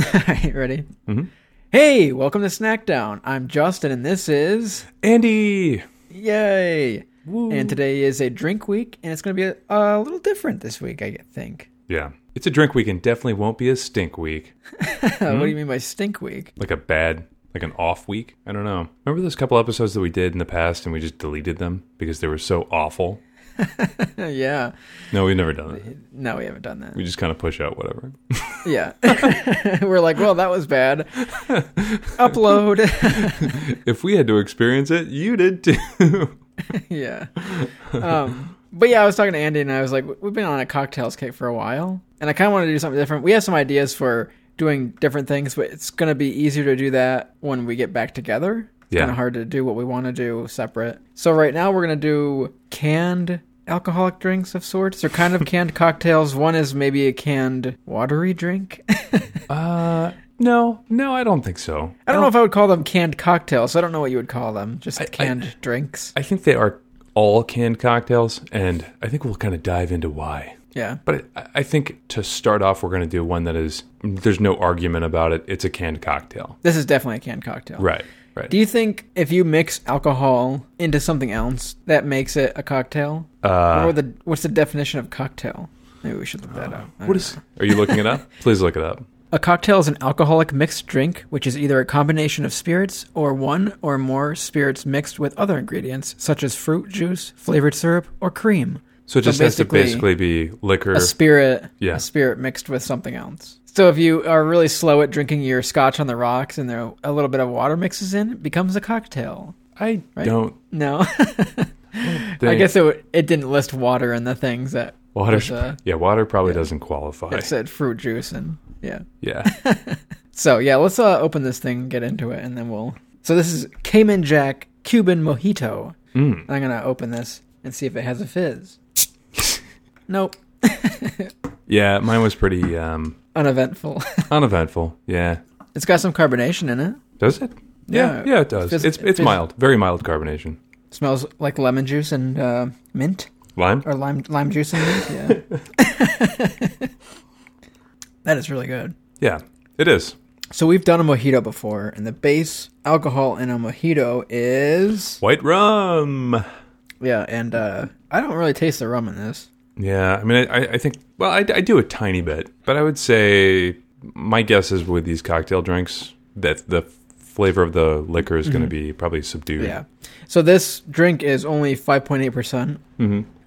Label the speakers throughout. Speaker 1: Alright, ready? Hey, welcome to Snackdown. I'm Justin, and this is
Speaker 2: Andy.
Speaker 1: Yay! And today is a drink week, and it's going to be a, a little different this week, I think.
Speaker 2: Yeah. It's a drink week and definitely won't be a stink week.
Speaker 1: Uh, What do you mean by stink week?
Speaker 2: Like a bad, like an off week. I don't know. Remember those couple episodes that we did in the past and we just deleted them because they were so awful?
Speaker 1: yeah,
Speaker 2: No, we've never done that.
Speaker 1: no, we haven't done that.
Speaker 2: We just kind of push out whatever.
Speaker 1: yeah, we're like, well, that was bad. Upload.
Speaker 2: if we had to experience it, you did too.
Speaker 1: yeah. Um, but yeah, I was talking to Andy, and I was like, we've been on a cocktails kick for a while, and I kind of want to do something different. We have some ideas for doing different things, but it's going to be easier to do that when we get back together. It's
Speaker 2: Yeah.
Speaker 1: kind of hard to do what we want to do separate. So right now we're going to do canned alcoholic drinks of sorts. They're kind of canned cocktails. One is maybe a canned watery drink.
Speaker 2: uh, no, no, I don't think so.
Speaker 1: I don't know if I would call them canned cocktails. I don't know what you would call them. Just canned drinks.
Speaker 2: I think they are all canned cocktails, and I think we'll kind of dive into why.
Speaker 1: Yeah.
Speaker 2: But I I think to start off, we're going to do one that is, there's no argument about it. It's a canned cocktail.
Speaker 1: This is definitely a canned cocktail.
Speaker 2: Right, right.
Speaker 1: Do you think if you mix alcohol into something else, that makes it a cocktail?
Speaker 2: Uh,
Speaker 1: or the what's the definition of cocktail? Maybe we should look that up. I
Speaker 2: Uh, what
Speaker 1: don't
Speaker 2: is? Are you looking it up? Please look it up.
Speaker 1: know. a cocktail? Is an alcoholic mixed drink, which is either a combination of spirits or one or more spirits mixed with other ingredients, such as fruit juice, flavored syrup, or cream.
Speaker 2: So it just has to
Speaker 1: basically-
Speaker 2: basically be liquor.
Speaker 1: a spirit
Speaker 2: Yeah.
Speaker 1: a spirit mixed with something else so if you are really slow at drinking your scotch on the rocks and there a little bit of water mixes in it becomes a cocktail
Speaker 2: I don't.
Speaker 1: no i
Speaker 2: think
Speaker 1: guess it, would- it didn't list water in the things that
Speaker 2: water.
Speaker 1: was, uh,
Speaker 2: yeah, water probably doesn't qualify.
Speaker 1: it said fruit juice and yeah
Speaker 2: Yeah,
Speaker 1: so yeah let's uh, open this thing get into it and then we'll so this is cayman jack cuban mojito
Speaker 2: Hmm.
Speaker 1: mm. i'm gonna open this and see if it has a fizz nope
Speaker 2: yeah. Mine was pretty um,
Speaker 1: uneventful
Speaker 2: uneventful. Yeah,
Speaker 1: it's got some carbonation in it
Speaker 2: does it?
Speaker 1: Yeah.
Speaker 2: Yeah, yeah, it does.
Speaker 1: Fizz-
Speaker 2: It's it's,
Speaker 1: fizz-
Speaker 2: mild, very mild carbonation.
Speaker 1: Smells like lemon juice and uh, mint,
Speaker 2: Lime.
Speaker 1: or lime lime juice and mint. Yeah, that is really good.
Speaker 2: Yeah, it is.
Speaker 1: So we've done a mojito before, and the base alcohol in a mojito is
Speaker 2: White rum.
Speaker 1: yeah, and uh, I don't really taste the rum in this.
Speaker 2: Yeah, I mean, I- I, I think, well, I, I do a tiny bit, but I would say my guess is with these cocktail drinks that the flavor of the liquor is going to be probably subdued.
Speaker 1: Mm-hmm. Yeah, so this drink is only five point eight percent,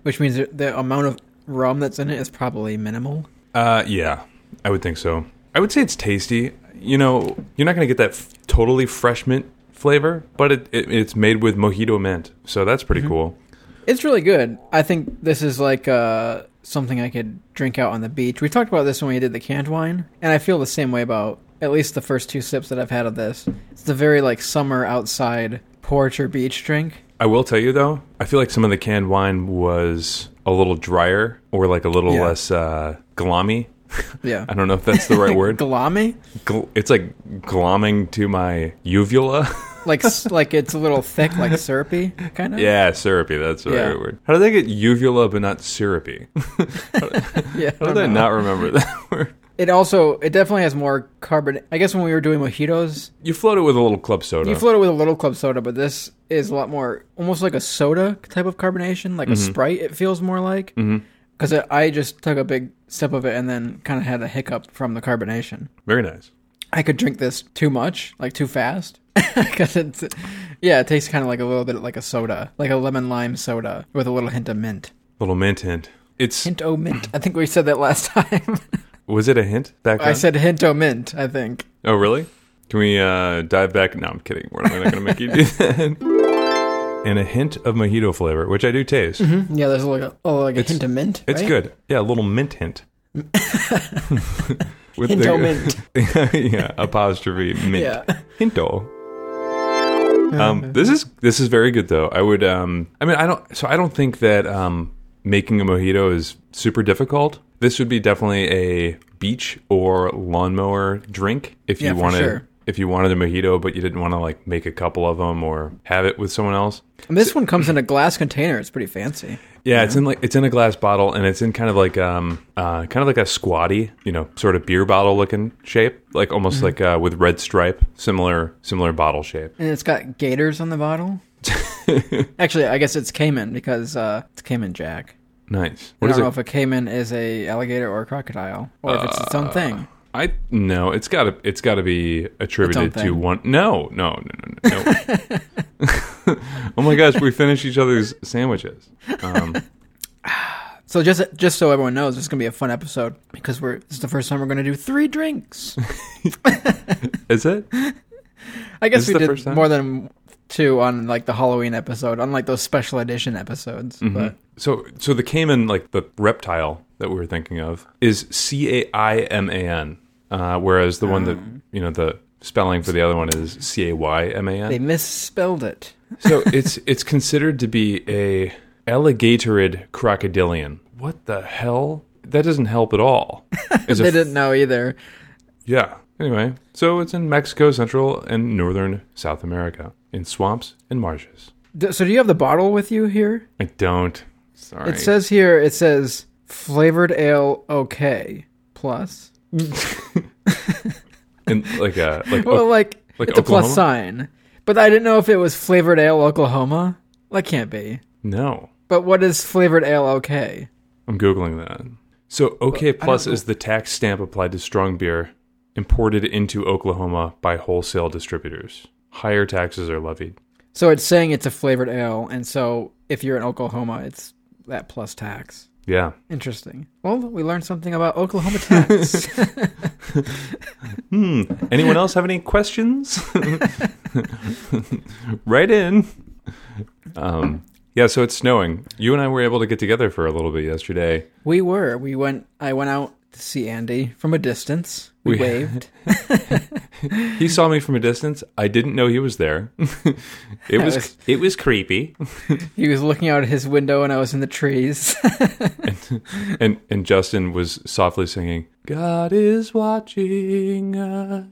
Speaker 1: which means that the amount of rum that's in it is probably minimal.
Speaker 2: Uh, yeah, I would think so. I would say it's tasty. You know, you're not going to get that f- totally fresh mint flavor, but it, it it's made with mojito mint, so that's
Speaker 1: Mm-hmm.
Speaker 2: pretty cool.
Speaker 1: It's really good. I think this is like uh, something I could drink out on the beach. We talked about this when we did the canned wine, and I feel the same way about at least the first two sips that I've had of this. It's the very like summer outside porch or beach drink.
Speaker 2: I will tell you though, I feel like some of the canned wine was a little drier or like a little
Speaker 1: Yeah.
Speaker 2: less uh, glommy.
Speaker 1: Yeah.
Speaker 2: I don't know if that's the right word.
Speaker 1: Galami?
Speaker 2: gl- it's like glomming to my uvula.
Speaker 1: Like s- like it's a little thick, like syrupy kind of.
Speaker 2: yeah, syrupy. That's the
Speaker 1: Yeah.
Speaker 2: right word. How do they get uvula but not syrupy?
Speaker 1: yeah. I
Speaker 2: How
Speaker 1: don't
Speaker 2: did I
Speaker 1: know.
Speaker 2: not remember that word?
Speaker 1: It also it definitely has more carbon. I guess when we were doing mojitos,
Speaker 2: You float it with a little club soda.
Speaker 1: You float it with a little club soda, but this is a lot more, almost like a soda type of carbonation, like a
Speaker 2: Mm-hmm.
Speaker 1: Sprite. It feels more like because I just took a big sip of it and then kind of had a hiccup from the carbonation.
Speaker 2: Very nice.
Speaker 1: I could drink this too much, like too fast, because it's yeah, it tastes kind of like a little bit like a soda, like a lemon lime soda with a little hint of mint.
Speaker 2: Little mint hint. It's
Speaker 1: Hint o mint. I think we said that last time.
Speaker 2: was it a hint back then?
Speaker 1: I said hint o mint. I think.
Speaker 2: oh really? Can we uh, dive back? No, I'm kidding. We're not going to make you do that. And a hint of mojito flavor, which I do taste.
Speaker 1: Hmm? Yeah, there's like a oh, like a hint of mint.
Speaker 2: It's
Speaker 1: Mm-hmm. right?
Speaker 2: good. Yeah, a little mint hint. With
Speaker 1: Hinto mint.
Speaker 2: yeah, apostrophe mint.
Speaker 1: Yeah.
Speaker 2: Hinto. Um, this is this is very good though. I would. Um, I mean, I don't. So I don't think that um, making a mojito is super difficult. This would be definitely a beach or lawnmower drink if
Speaker 1: Yeah,
Speaker 2: you
Speaker 1: for
Speaker 2: want to
Speaker 1: sure.
Speaker 2: if you wanted a mojito but you didn't want to like make a couple of them or have it with someone else.
Speaker 1: And this one comes in a glass container. It's pretty fancy.
Speaker 2: Yeah, it's in like it's in a glass bottle and it's in kind of like um uh kind of like a squatty, you know, sort of beer bottle looking shape, like almost
Speaker 1: Mm-hmm.
Speaker 2: like uh with red stripe, similar similar bottle shape.
Speaker 1: And it's got gators on the bottle. Actually, I guess it's Cayman because uh, it's Cayman Jack. I
Speaker 2: Nice. What is
Speaker 1: don't know if
Speaker 2: it?
Speaker 1: a Cayman is a alligator or a crocodile, or if it's its
Speaker 2: Uh.
Speaker 1: own thing.
Speaker 2: I no, it's got to it's got to be attributed to
Speaker 1: thing.
Speaker 2: one. No, no, no, no, no. no. oh my gosh, we finish each other's sandwiches. Um,
Speaker 1: So just just so everyone knows, it's gonna be a fun episode because we're this is the first time we're gonna do three drinks.
Speaker 2: is it?
Speaker 1: I
Speaker 2: This
Speaker 1: guess
Speaker 2: is
Speaker 1: we
Speaker 2: the first
Speaker 1: did
Speaker 2: time?
Speaker 1: more than two on like the Halloween episode, on like those special edition episodes.
Speaker 2: Mm-hmm.
Speaker 1: But
Speaker 2: So so the caiman, like the reptile that we were thinking of, is C A I M A N, uh, whereas the one that you know the spelling for the other one is C A Y M A
Speaker 1: they
Speaker 2: N.
Speaker 1: misspelled it.
Speaker 2: So it's it's considered to be a alligatorid crocodilian. What the hell? That doesn't help at all. Is
Speaker 1: They
Speaker 2: a
Speaker 1: didn't know either.
Speaker 2: Yeah. Anyway, so it's in Mexico, Central, and Northern South America, in swamps and marshes.
Speaker 1: D- So do you have the bottle with you here?
Speaker 2: I don't. Sorry.
Speaker 1: It says here it says flavored ale okay plus.
Speaker 2: in like a like
Speaker 1: Well, like,
Speaker 2: like
Speaker 1: it's a
Speaker 2: Oklahoma?
Speaker 1: plus sign, but I didn't know if it was flavored ale Oklahoma. That can't be.
Speaker 2: no.
Speaker 1: But what is flavored ale okay?
Speaker 2: I'm googling that. So OK plus is the tax stamp applied to strong beer imported into Oklahoma by wholesale distributors. Higher taxes are levied.
Speaker 1: So it's saying it's a flavored ale, and so if you're in Oklahoma, it's that plus tax.
Speaker 2: Yeah.
Speaker 1: Interesting. Well, we learned something about Oklahoma tax.
Speaker 2: Hmm. Anyone else have any questions? right in. Um, yeah, so it's snowing. You and I were able to get together for a little bit yesterday.
Speaker 1: we were. We went. I went out to see Andy from a distance. We,
Speaker 2: We-
Speaker 1: waved.
Speaker 2: He saw me from a distance. I didn't know he was there. it was it was creepy.
Speaker 1: He was looking out his window, and I was in the trees.
Speaker 2: And and Justin was softly singing, "God is watching us."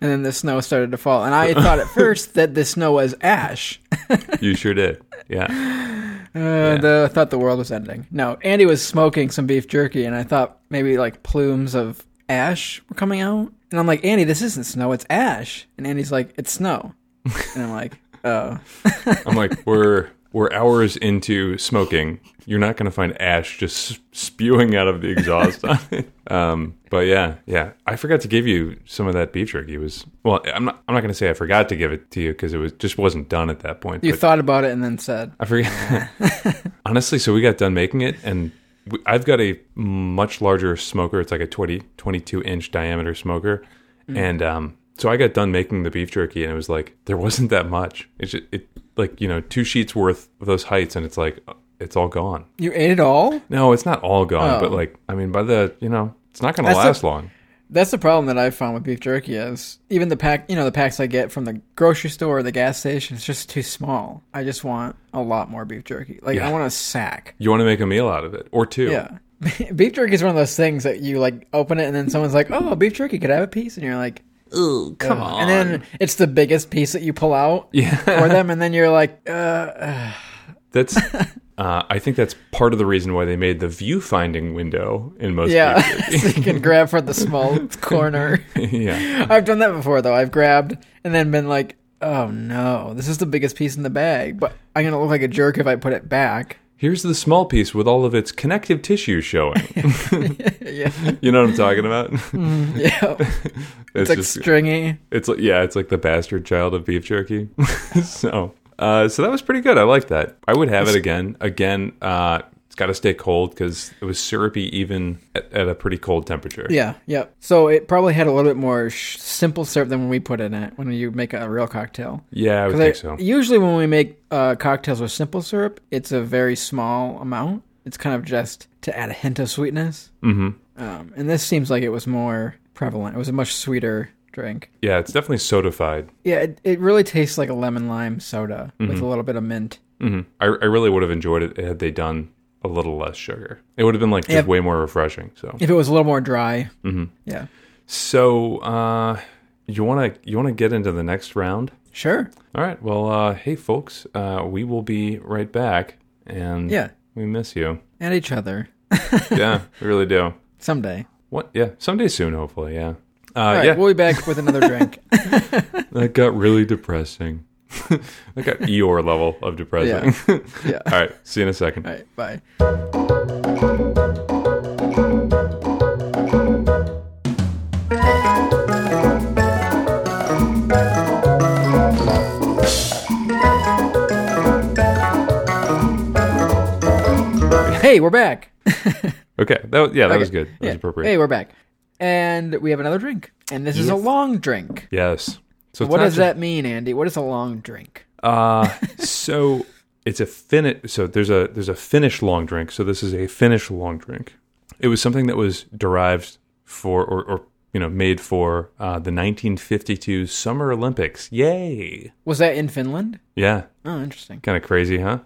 Speaker 1: and then the snow started to fall, and I thought at first that the snow was ash.
Speaker 2: You sure did. Yeah.
Speaker 1: Uh, the, I thought the world was ending. No, Andy was smoking some beef jerky, and I thought maybe like plumes of ash were coming out. And I'm like, Andy, this isn't snow, it's ash. And Andy's like, it's snow. And I'm like, oh.
Speaker 2: I'm like, "We're we're hours into smoking. You're not going to find ash just spewing out of the exhaust on it." Um, but yeah, yeah. I forgot to give you some of that beef jerky. It was well, I'm not I'm not going to say I forgot to give it to you cuz it was just wasn't done at that point.
Speaker 1: You
Speaker 2: but-
Speaker 1: thought about it and then said,
Speaker 2: I forget. Honestly, so we got done making it, and we, I've got a much larger smoker. It's like a 20, 22 inch diameter smoker.
Speaker 1: Mm.
Speaker 2: And um, so I got done making the beef jerky, and it was like, there wasn't that much. It's just, it, like, you know, two sheets worth of those heights, and it's like, it's all gone.
Speaker 1: You ate it all?
Speaker 2: No, it's not all gone,
Speaker 1: Oh.
Speaker 2: but like, I mean, by the, you know, it's not going to
Speaker 1: That's
Speaker 2: last
Speaker 1: a-
Speaker 2: long.
Speaker 1: That's the problem that I found with beef jerky is even the pack, you know, the packs I get from the grocery store or the gas station, it's just too small. I just want a lot more beef jerky. Like,
Speaker 2: Yeah.
Speaker 1: I want a sack.
Speaker 2: You want to make a meal out of it, or two.
Speaker 1: Yeah. beef jerky is one of those things that you like open it and then someone's like, "Oh, beef jerky, could I have a piece?" And you're like, "Ooh, come on!" And then it's the biggest piece that you pull out
Speaker 2: Yeah.
Speaker 1: for them, and then you're like, uh,
Speaker 2: That's. Uh, I think that's part of the reason why they made the view finding window in most
Speaker 1: "Yeah,"
Speaker 2: beef jerky.
Speaker 1: so you can grab for the small corner.
Speaker 2: yeah.
Speaker 1: I've done that before though. I've grabbed and then been like, "Oh no, this is the biggest piece in the bag," but I'm gonna look like a jerk if I put it back.
Speaker 2: Here's the small piece with all of its connective tissue showing.
Speaker 1: yeah,
Speaker 2: you know what I'm talking about?
Speaker 1: yeah, it's,
Speaker 2: it's
Speaker 1: like
Speaker 2: just
Speaker 1: stringy.
Speaker 2: it's like yeah, it's like the bastard child of beef jerky. so uh, so that was pretty good. I like that. I would have it again. Again, uh, it's got to stay cold because it was syrupy even at, at a pretty cold temperature.
Speaker 1: Yeah, yeah. So it probably had a little bit more sh- simple syrup than when we put in it when you make a real cocktail.
Speaker 2: Yeah, I would
Speaker 1: 'Cause
Speaker 2: think
Speaker 1: I-
Speaker 2: so.
Speaker 1: Usually, when we make uh, cocktails with simple syrup, it's a very small amount. It's kind of just to add a hint of sweetness.
Speaker 2: hmm
Speaker 1: Um, and this seems like it was more prevalent. It was a much sweeter drink.
Speaker 2: Yeah, it's definitely sodified.
Speaker 1: Yeah, it, it really tastes like a lemon lime soda
Speaker 2: Mm-hmm.
Speaker 1: with a little bit of mint.
Speaker 2: hmm I, I really would have enjoyed it had they done a little less sugar. It would have been like just
Speaker 1: Yeah.
Speaker 2: way more refreshing. So Mm-hmm.
Speaker 1: If it was a little more dry,
Speaker 2: Mhm.
Speaker 1: yeah.
Speaker 2: So, uh, you want to you want to get into the next round?
Speaker 1: Sure.
Speaker 2: All right. Well, uh, hey folks, uh, we will be right back, and
Speaker 1: Yeah.
Speaker 2: we miss you.
Speaker 1: At each other.
Speaker 2: Yeah, we really do.
Speaker 1: Someday.
Speaker 2: What? Yeah, someday soon, hopefully. Yeah. Uh,
Speaker 1: All right,
Speaker 2: yeah.
Speaker 1: we'll be back with another drink.
Speaker 2: that got really depressing. that got Eeyore level of depressing.
Speaker 1: yeah.
Speaker 2: All right. See you in a second.
Speaker 1: All right, bye. Hey, we're back.
Speaker 2: Okay. That was, yeah, that
Speaker 1: Okay.
Speaker 2: was good. That was appropriate.
Speaker 1: Hey, we're back. And we have another drink. And this is a long drink.
Speaker 2: Yes. So it's
Speaker 1: What
Speaker 2: not
Speaker 1: does
Speaker 2: just-
Speaker 1: that mean, Andy? What is a long drink?
Speaker 2: Uh, so it's a Finnish. So there's a there's a Finnish long drink. So this is a Finnish long drink. It was something that was derived for or, or you know made for uh, the 1952 Summer Olympics. Yay!
Speaker 1: Was that in Finland?
Speaker 2: Yeah,
Speaker 1: Oh, interesting.
Speaker 2: kind of crazy, huh?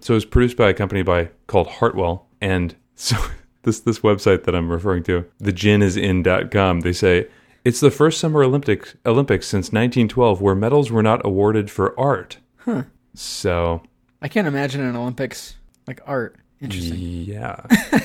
Speaker 2: So it was produced by a company by called Hartwell, and so this this website that I'm referring to, the gin is in.com, they say it's the first Summer Olympics Olympics since 1912 where medals were not awarded for art. Huh. So
Speaker 1: I can't imagine an Olympics like art. Interesting.
Speaker 2: yeah.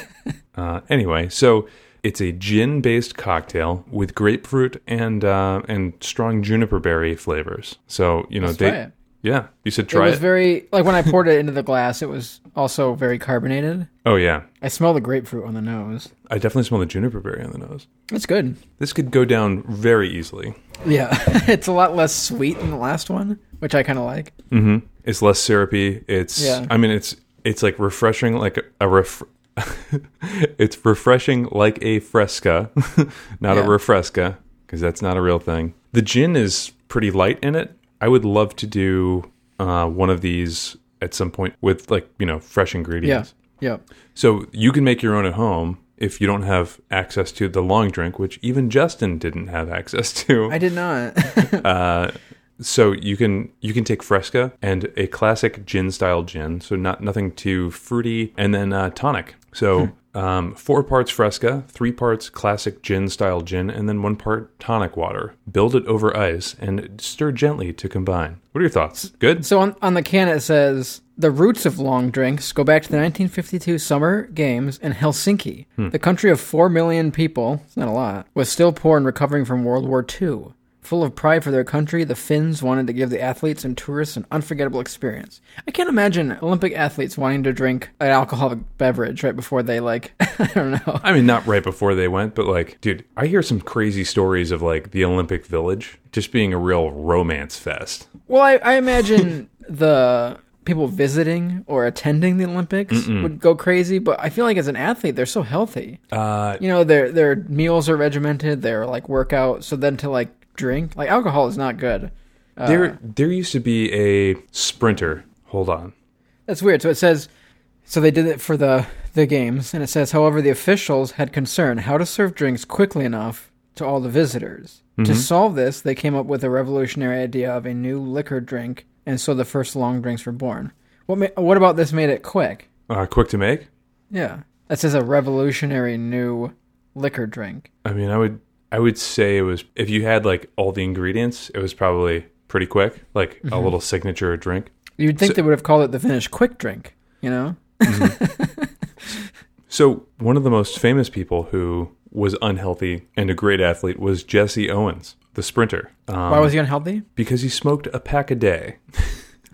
Speaker 2: uh, anyway, so it's a gin-based cocktail with grapefruit and uh, and strong juniper berry flavors. So you know
Speaker 1: Let's
Speaker 2: they.
Speaker 1: try it.
Speaker 2: Yeah, you said
Speaker 1: it
Speaker 2: try
Speaker 1: was
Speaker 2: it.
Speaker 1: very like when I poured it into the glass, it was also very carbonated.
Speaker 2: oh yeah,
Speaker 1: I smell the grapefruit on the nose.
Speaker 2: I definitely smell the juniper berry on the nose.
Speaker 1: It's good.
Speaker 2: This could go down very easily.
Speaker 1: Yeah, it's a lot less sweet than the last one, which I kind of like.
Speaker 2: Mm-hmm. It's less syrupy. It's
Speaker 1: Yeah.
Speaker 2: I mean it's it's like refreshing like a ref. it's refreshing like a fresca, not a
Speaker 1: Yeah.
Speaker 2: refresca because that's not a real thing. The gin is pretty light in it. I would love to do uh, one of these at some point with like you know fresh
Speaker 1: Yeah,
Speaker 2: ingredients.
Speaker 1: yeah,
Speaker 2: So you can make your own at home if you don't have access to the long drink, which even Justin didn't have access to.
Speaker 1: I did not.
Speaker 2: Uh, so you can you can take fresca and a classic gin style gin, so not nothing too fruity, and then uh, tonic. So um, four parts fresca, three parts classic gin style gin, and then one part tonic water. Build it over ice and stir gently to combine. What are your thoughts? Good.
Speaker 1: so on on the can it says the roots of long drinks go back to the 1952 Summer Games in Helsinki. The country of four million people, it's not a lot, was still poor and recovering from World War II. Full of pride for their country, the Finns wanted to give the athletes and tourists an unforgettable experience. I can't imagine Olympic athletes wanting to drink an alcoholic beverage right before they like I don't know.
Speaker 2: I mean, not right before they went, but like, dude, I hear some crazy stories of like the Olympic Village just being a real romance fest.
Speaker 1: Well, I, I imagine the people visiting or attending the Olympics would go crazy, but I feel like as an athlete, they're so healthy.
Speaker 2: Uh,
Speaker 1: You know, their their meals are regimented, their like workout. So then to like drink, like alcohol is not good.
Speaker 2: there, there used to be a sprinter. Hold on.
Speaker 1: That's weird. So it says, so they did it for the the games, and it says, however, the officials had concern how to serve drinks quickly enough to all the visitors.
Speaker 2: Mm-hmm.
Speaker 1: To solve this, they came up with a revolutionary idea of a new liquor drink, and so the first long drinks were born. What ma- what about this made it quick?
Speaker 2: Uh, quick to make.
Speaker 1: Yeah, that says a revolutionary new liquor drink.
Speaker 2: I mean, I would, I would say it was if you had like all the ingredients, it was probably pretty quick, like a
Speaker 1: Mm-hmm.
Speaker 2: little signature drink.
Speaker 1: You'd think
Speaker 2: So-
Speaker 1: they would have called it the Finnish quick drink, you know?
Speaker 2: So one of the most famous people who was unhealthy and a great athlete was Jesse Owens, the sprinter, um,
Speaker 1: Why was he unhealthy?
Speaker 2: because he smoked a pack a day.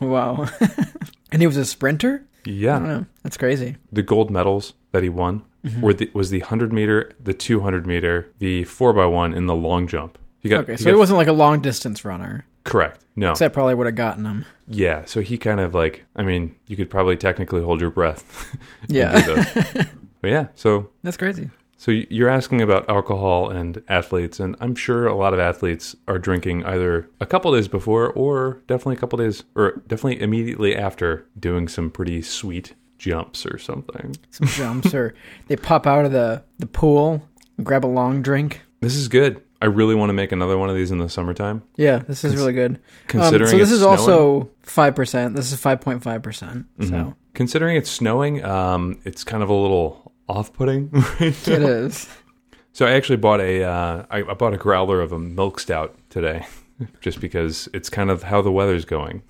Speaker 1: Wow. and he was a sprinter.
Speaker 2: Yeah.
Speaker 1: I don't know. Mm-hmm. That's crazy.
Speaker 2: the gold medals that he won were the, was the 100 meter, the 200 meter, the 4x1 and the long jump. He got,
Speaker 1: Okay,
Speaker 2: he
Speaker 1: so
Speaker 2: got-
Speaker 1: he wasn't like a long distance runner.
Speaker 2: correct. No.
Speaker 1: That probably would have gotten him.
Speaker 2: yeah, so he kind of like I mean, you could probably technically hold your breath. and
Speaker 1: Yeah.
Speaker 2: do those. but yeah, so
Speaker 1: That's crazy.
Speaker 2: so y- you're asking about alcohol and athletes and I'm sure a lot of athletes are drinking either a couple days before or definitely a couple days or definitely immediately after doing some pretty sweet jumps or something.
Speaker 1: Some jumps or they pop out of the, the pool and grab a long drink.
Speaker 2: This is good. I really want to make another one of these in the summertime.
Speaker 1: Yeah, this is really good. Um,
Speaker 2: Considering
Speaker 1: so this
Speaker 2: it's
Speaker 1: is
Speaker 2: snowing, Mm-hmm.
Speaker 1: also five percent. This is five point five percent. So
Speaker 2: considering it's snowing, um, it's kind of a little off-putting.
Speaker 1: it is.
Speaker 2: So I actually bought a uh, I, I bought a growler of a milk stout today, just because it's kind of how the weather's going.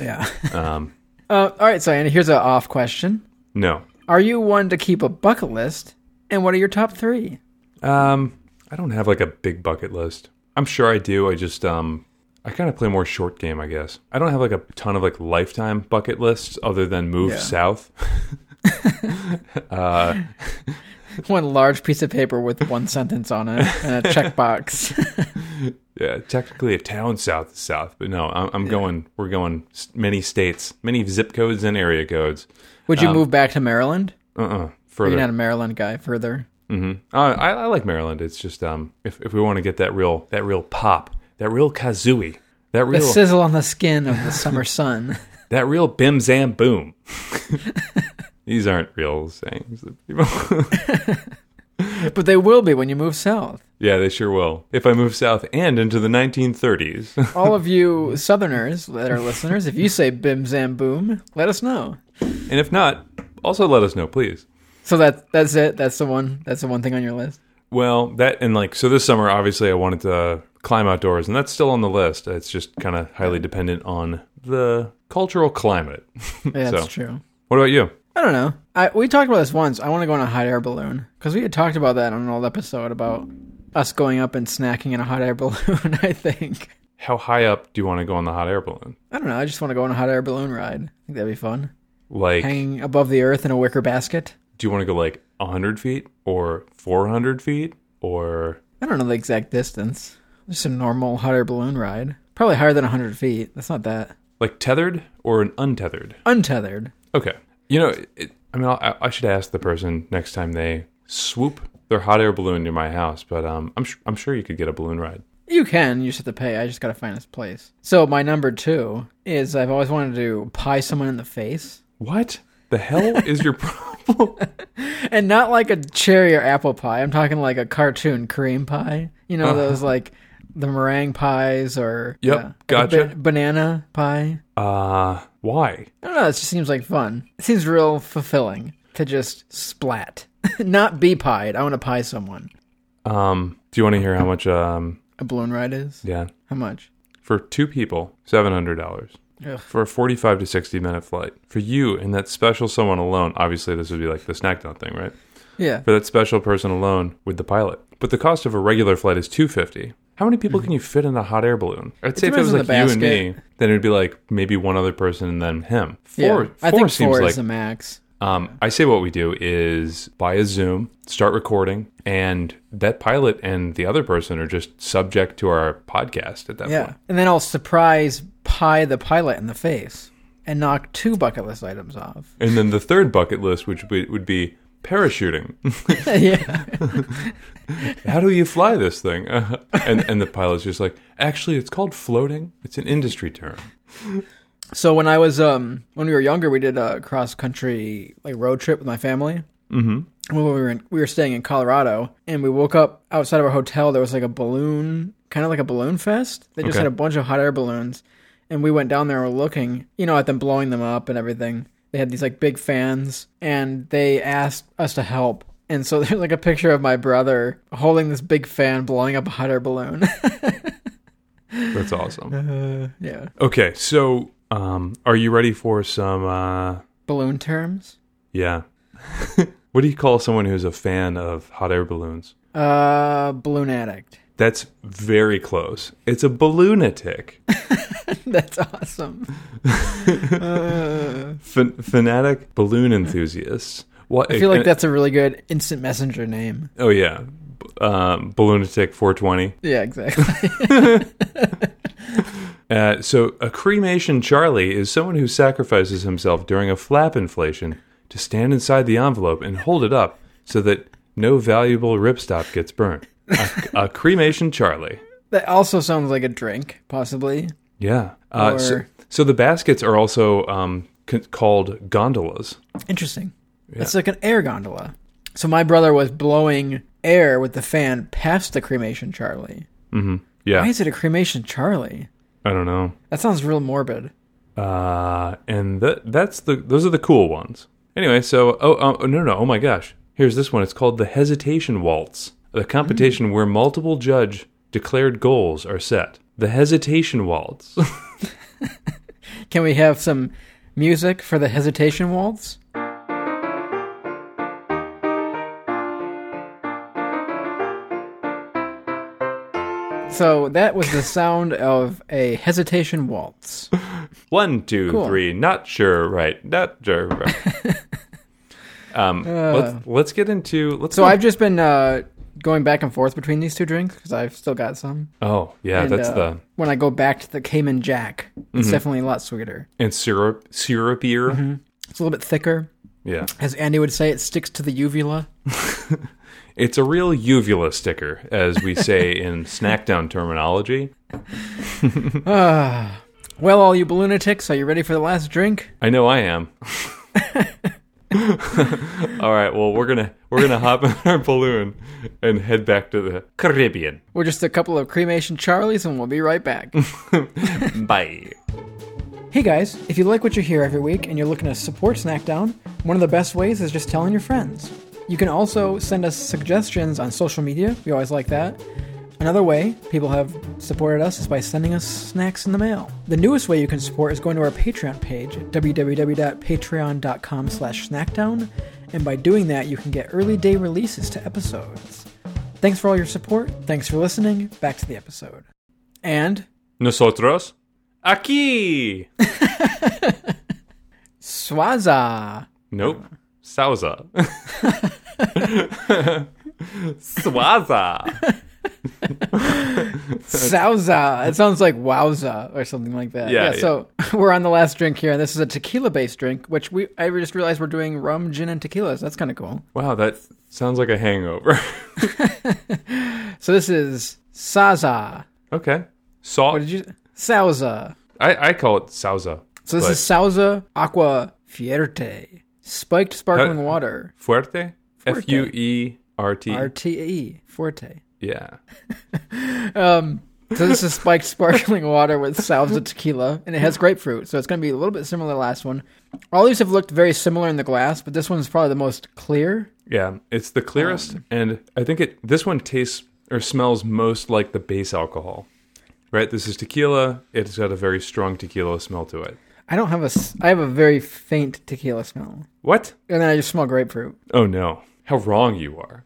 Speaker 1: Yeah.
Speaker 2: Um,
Speaker 1: Uh, all right, so Andy, here's an off question.
Speaker 2: no,
Speaker 1: Are you one to keep a bucket list? And what are your top three?
Speaker 2: Um, I don't have like a big bucket list. I'm sure I do. I just um, I kind of play more short game, I guess. I don't have like a ton of like lifetime bucket lists other than move
Speaker 1: Yeah.
Speaker 2: south. uh,
Speaker 1: One large piece of paper with one sentence on it and a checkbox.
Speaker 2: yeah, technically a town south is south, but no, I'm, I'm going. We're going s- many states, many zip codes and area codes.
Speaker 1: Would you move back to Maryland?
Speaker 2: Uh, uh
Speaker 1: You're
Speaker 2: Um, further.
Speaker 1: not a Maryland guy. Further,
Speaker 2: hmm Uh, I, I like Maryland. It's just um, if if we want to get that real that real pop, that real kazooie, that
Speaker 1: the
Speaker 2: real
Speaker 1: sizzle on the skin of the summer sun.
Speaker 2: That real bim zam boom. These aren't real sayings. that people-
Speaker 1: But they will be when you move south.
Speaker 2: yeah, they sure will. If I move south and into the 1930s.
Speaker 1: All of you Southerners that are listeners, if you say bim zam boom, let us know.
Speaker 2: and if not, also let us know, please.
Speaker 1: So that that's it. That's the one. That's the one thing on your list.
Speaker 2: Well, that and like, so this summer, obviously, I wanted to climb outdoors, and that's still on the list. It's just kind of highly dependent on the cultural climate.
Speaker 1: Yeah, that's
Speaker 2: So.
Speaker 1: true.
Speaker 2: What about you?
Speaker 1: I don't know. I, we talked about this once. I want to go on a hot air balloon because we had talked about that on an old episode about us going up and snacking in a hot air balloon. I think.
Speaker 2: How high up do you want to go on the hot air balloon?
Speaker 1: I don't know. I just want to go on a hot air balloon ride. I think that'd be fun.
Speaker 2: Like,
Speaker 1: Hanging above the earth in a wicker basket.
Speaker 2: do you want to go like 100 feet or 400 feet or
Speaker 1: I don't know the exact distance. Just a normal hot air balloon ride. Probably higher than 100 feet. That's not that.
Speaker 2: like tethered or an untethered?
Speaker 1: Untethered.
Speaker 2: Okay. You know, it, I mean, I, I should ask the person next time they swoop their hot air balloon near my house, but um, I'm su- I'm sure you could get a balloon ride.
Speaker 1: You can. You just have to pay. I just got to find this place. So, my number two is I've always wanted to pie someone in the face.
Speaker 2: What the hell is your problem?
Speaker 1: And not like a cherry or apple pie. I'm talking like a cartoon cream pie. You know, those like the meringue pies or.
Speaker 2: Uh-huh. Yep,
Speaker 1: like a
Speaker 2: gotcha.
Speaker 1: ba- banana pie.
Speaker 2: Uh, why?
Speaker 1: I don't know. It just seems like fun. It seems real fulfilling to just splat, not be pied. I want to pie someone.
Speaker 2: Um, do you want to hear how much? Um,
Speaker 1: A balloon ride is
Speaker 2: yeah,
Speaker 1: how much?
Speaker 2: for two people, seven hundred dollars
Speaker 1: Ugh.
Speaker 2: for a forty-five to sixty-minute flight for you and that special someone alone. Obviously, this would be like the snack down thing, right?
Speaker 1: Yeah,
Speaker 2: for that special person alone with the pilot. But the cost of a regular flight is two fifty. How many people can you fit in a hot air balloon? I'd say if it
Speaker 1: Mm-hmm. depends
Speaker 2: was
Speaker 1: on
Speaker 2: like
Speaker 1: the
Speaker 2: you and me,
Speaker 1: basket.
Speaker 2: then it'd be like maybe one other person and then him. Four,
Speaker 1: yeah.
Speaker 2: four
Speaker 1: I think
Speaker 2: seems
Speaker 1: four
Speaker 2: like.
Speaker 1: is the max.
Speaker 2: um, I say what we do is buy a Zoom, start recording, and that pilot and the other person are just subject to our podcast at that
Speaker 1: Yeah,
Speaker 2: point.
Speaker 1: and then I'll surprise pie the pilot in the face and knock two bucket list items off.
Speaker 2: And then the third bucket list, which would be, would be parachuting.
Speaker 1: yeah,
Speaker 2: how do you fly this thing? and and the pilot's just like, actually, it's called floating. It's an industry term.
Speaker 1: So when I was um when we were younger, we did a cross country like road trip with my family. Mm-hmm. Well, we were in, we were staying in Colorado, and we woke up outside of our hotel. There was like a balloon, kind of like a balloon fest. They just
Speaker 2: Okay.
Speaker 1: had a bunch of hot air balloons, and we went down there and were looking, you know, at them blowing them up and everything. They had these like big fans, and they asked us to help. And so there's like a picture of my brother holding this big fan blowing up a hot air balloon.
Speaker 2: That's awesome.
Speaker 1: yeah,
Speaker 2: Okay, so um, are you ready for some? Uh,
Speaker 1: balloon terms.
Speaker 2: yeah. what do you call someone who's a fan of hot air balloons?
Speaker 1: Uh, balloon addict.
Speaker 2: That's very close. It's a balloonatic,
Speaker 1: That's awesome. Uh,
Speaker 2: Fan fanatic balloon enthusiast. What?
Speaker 1: I feel like that's a really good instant messenger name.
Speaker 2: Oh yeah, B- um, balloonatic 420.
Speaker 1: Yeah, exactly.
Speaker 2: Uh, so a cremation Charlie is someone who sacrifices himself during a flap inflation to stand inside the envelope and hold it up so that no valuable ripstop gets burnt. A, a cremation Charlie.
Speaker 1: that also sounds like a drink, possibly.
Speaker 2: Yeah. Uh, so,
Speaker 1: Or-
Speaker 2: so the baskets are also um, c- called gondolas.
Speaker 1: Interesting. It's like an air gondola. So my brother was blowing air with the fan past the cremation Charlie.
Speaker 2: Yeah.
Speaker 1: Why is it a cremation Charlie?
Speaker 2: I don't know.
Speaker 1: That sounds real morbid.
Speaker 2: Uh, and th- that's the those are the cool oh ones. Anyway, so oh, oh no no oh my gosh, here's this one. It's called the hesitation waltz. a competition
Speaker 1: Mm.
Speaker 2: where multiple judge declared goals are set. The hesitation waltz.
Speaker 1: Can we have some music for the hesitation waltz? So that was the sound of a hesitation waltz.
Speaker 2: One, two,
Speaker 1: Cool.
Speaker 2: three, Not sure, right? Not sure, right? um,
Speaker 1: Uh.
Speaker 2: let's let's get into let's.
Speaker 1: So
Speaker 2: go-
Speaker 1: I've just been uh, going back and forth between these two drinks because I've still got some.
Speaker 2: oh yeah, that's
Speaker 1: uh,
Speaker 2: the Mm-hmm.
Speaker 1: when I go back to the Cayman Jack, it's definitely a lot sweeter.
Speaker 2: and syrup syrup ear.
Speaker 1: It's a little bit thicker,
Speaker 2: Yeah,
Speaker 1: as Andy would say. It sticks to the uvula.
Speaker 2: it's a real uvula sticker, as we say in snackdown terminology.
Speaker 1: Well, all you balloonatics, are you ready for the last drink?
Speaker 2: I know I am. All right, well we're gonna we're gonna hop in our balloon and head back to the Caribbean.
Speaker 1: We're just a couple of cremation Charlies, and we'll be right back.
Speaker 2: Bye.
Speaker 1: Hey guys, if you like what you hear every week and you're looking to support Snackdown, one of the best ways is just telling your friends. You can also send us suggestions on social media, we always like that. Another way people have supported us is by sending us snacks in the mail. The newest way you can support is going to our Patreon page at www.patreon.com slash snackdown, and by doing that you can get early day releases to episodes. Thanks for all your support, thanks for listening, back to the episode. And
Speaker 2: Nosotros aquí.
Speaker 1: Swaza!
Speaker 2: Nope. Sauza. Swaza.
Speaker 1: Sauza. It sounds like wowza or something like that.
Speaker 2: Yeah,
Speaker 1: Yeah. so we're on the last drink here, and this is a tequila-based drink, which we I just realized we're doing rum, gin, and tequilas. That's kind of cool.
Speaker 2: Wow, that sounds like a hangover.
Speaker 1: So this is Saza.
Speaker 2: okay. Saw.
Speaker 1: What did you? Sauza.
Speaker 2: I, I call it Sauza.
Speaker 1: So this
Speaker 2: But
Speaker 1: is Sauza Aqua Fierte, spiked sparkling
Speaker 2: Huh?
Speaker 1: water,
Speaker 2: Fuerte? F U E R T.
Speaker 1: RTE E. Forte.
Speaker 2: Yeah.
Speaker 1: So this is spiked sparkling water with salsa tequila, and it has grapefruit, so it's going to be a little bit similar to the last one. All these have looked very similar in the glass, but this one's probably the most clear.
Speaker 2: Yeah. It's the clearest.
Speaker 1: Um,
Speaker 2: and I think it this one tastes or smells most like the base alcohol. Right? This is tequila. It's got a very strong tequila smell to it.
Speaker 1: I don't have a. s- I have a very faint tequila smell,
Speaker 2: What?
Speaker 1: and then I just smell grapefruit.
Speaker 2: Oh, no. How wrong you are.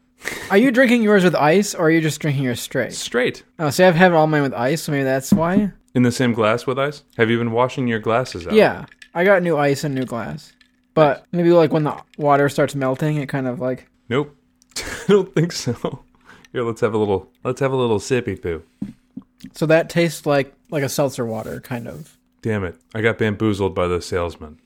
Speaker 1: Are you drinking yours with ice, or are you just drinking yours straight?
Speaker 2: Straight.
Speaker 1: Oh, see, I've had all mine with ice, so maybe that's why.
Speaker 2: In the same glass with ice? Have you been washing your glasses out?
Speaker 1: Yeah, I got new ice and new glass, but maybe like when the water starts melting, it kind of like
Speaker 2: Nope. I don't think so. Here, let's have a little let's have a little sippy poo.
Speaker 1: so that tastes like like a seltzer water kind of.
Speaker 2: Damn it. I got bamboozled by the salesman.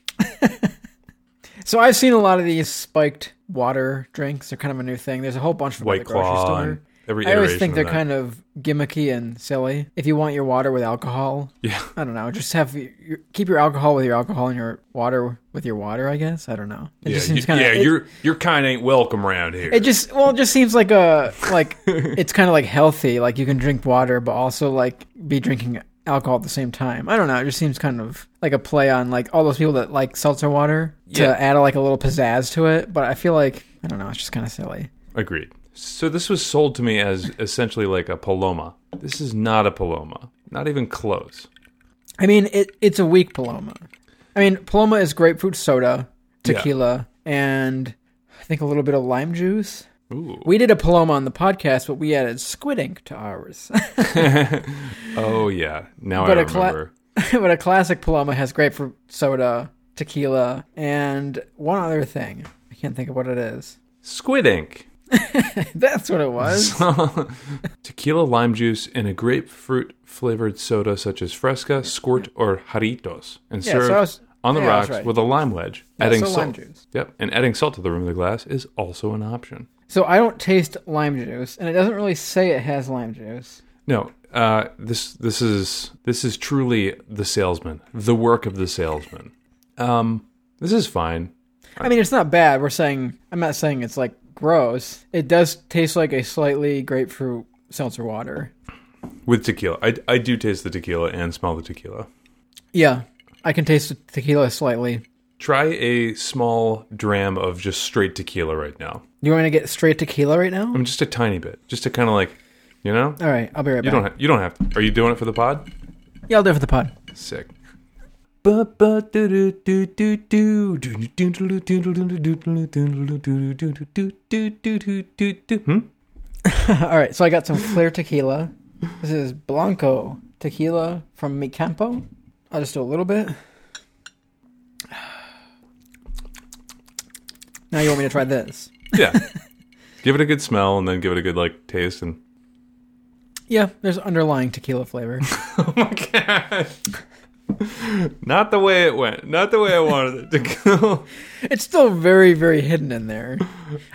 Speaker 1: So I've seen a lot of these spiked water drinks. They're kind of a new thing. There's a whole bunch of them at
Speaker 2: White
Speaker 1: the grocery
Speaker 2: claw
Speaker 1: store.
Speaker 2: and every
Speaker 1: I
Speaker 2: iteration
Speaker 1: always think they're
Speaker 2: of that.
Speaker 1: kind of gimmicky and silly. If you want your water with alcohol,
Speaker 2: Yeah.
Speaker 1: I don't know. Just have your, your- keep your alcohol with your alcohol and your water with your water. I guess I don't know. It
Speaker 2: Yeah,
Speaker 1: just seems
Speaker 2: you-
Speaker 1: kind of
Speaker 2: yeah
Speaker 1: it,
Speaker 2: your your kind ain't welcome around here.
Speaker 1: it just well, it just seems like a like it's kind of like healthy. Like you can drink water, but also like be drinking alcohol at the same time. I don't know. It just seems kind of like a play on like all those people that like seltzer water
Speaker 2: Yeah.
Speaker 1: to add like a little pizzazz to it. But I feel like I don't know. It's just kind of silly.
Speaker 2: Agreed. So this was sold to me as essentially like a paloma. This is not a paloma. Not even close.
Speaker 1: I mean, it, it's a weak Paloma. I mean, Paloma is grapefruit soda, tequila, and I think a little bit of lime juice.
Speaker 2: Ooh.
Speaker 1: We did a Paloma on the podcast, but we added squid ink to ours.
Speaker 2: Oh yeah. Now
Speaker 1: But
Speaker 2: I
Speaker 1: a cla-
Speaker 2: remember.
Speaker 1: but a classic Paloma has grapefruit soda, tequila, and one other thing. I can't think of what it is.
Speaker 2: Squid ink.
Speaker 1: That's what it was.
Speaker 2: Tequila, lime juice, and a grapefruit flavored soda such as Fresca, Squirt, or Jarritos, and
Speaker 1: Yeah, so I
Speaker 2: served
Speaker 1: was-
Speaker 2: on the
Speaker 1: yeah, I was
Speaker 2: rocks
Speaker 1: right.
Speaker 2: with a lime wedge.
Speaker 1: so lime
Speaker 2: salt.
Speaker 1: juice.
Speaker 2: Yep, and adding salt to the rim of the glass is also an option.
Speaker 1: So I don't taste lime juice, and it doesn't really say it has lime juice.
Speaker 2: No, uh, this this is this is truly the salesman, the work of the salesman. Um, this is fine.
Speaker 1: I mean, it's not bad. We're saying I'm not saying it's like gross. It does taste like a slightly grapefruit seltzer water.
Speaker 2: With tequila, I, I do taste the tequila and smell the tequila.
Speaker 1: Yeah, I can taste the tequila slightly.
Speaker 2: Try a small dram of just straight tequila right now.
Speaker 1: You want to get straight tequila right now?
Speaker 2: I'm just a tiny bit, just to kind of like, you know,
Speaker 1: All right, I'll be right
Speaker 2: you
Speaker 1: back.
Speaker 2: don't have, you don't have. To. Are you doing it for the pod?
Speaker 1: yeah, I'll do it for the pod.
Speaker 2: Sick. Hmm?
Speaker 1: All right, so I got some Flair tequila. This is Blanco tequila from Mi Campo. I'll just do a little bit. Now you want me to try this?
Speaker 2: Yeah. give it a good smell and then give it a good like taste and
Speaker 1: Yeah, there's underlying tequila flavor.
Speaker 2: Oh my god. Not the way it went. Not the way I wanted it to go.
Speaker 1: It's still very, very hidden in there.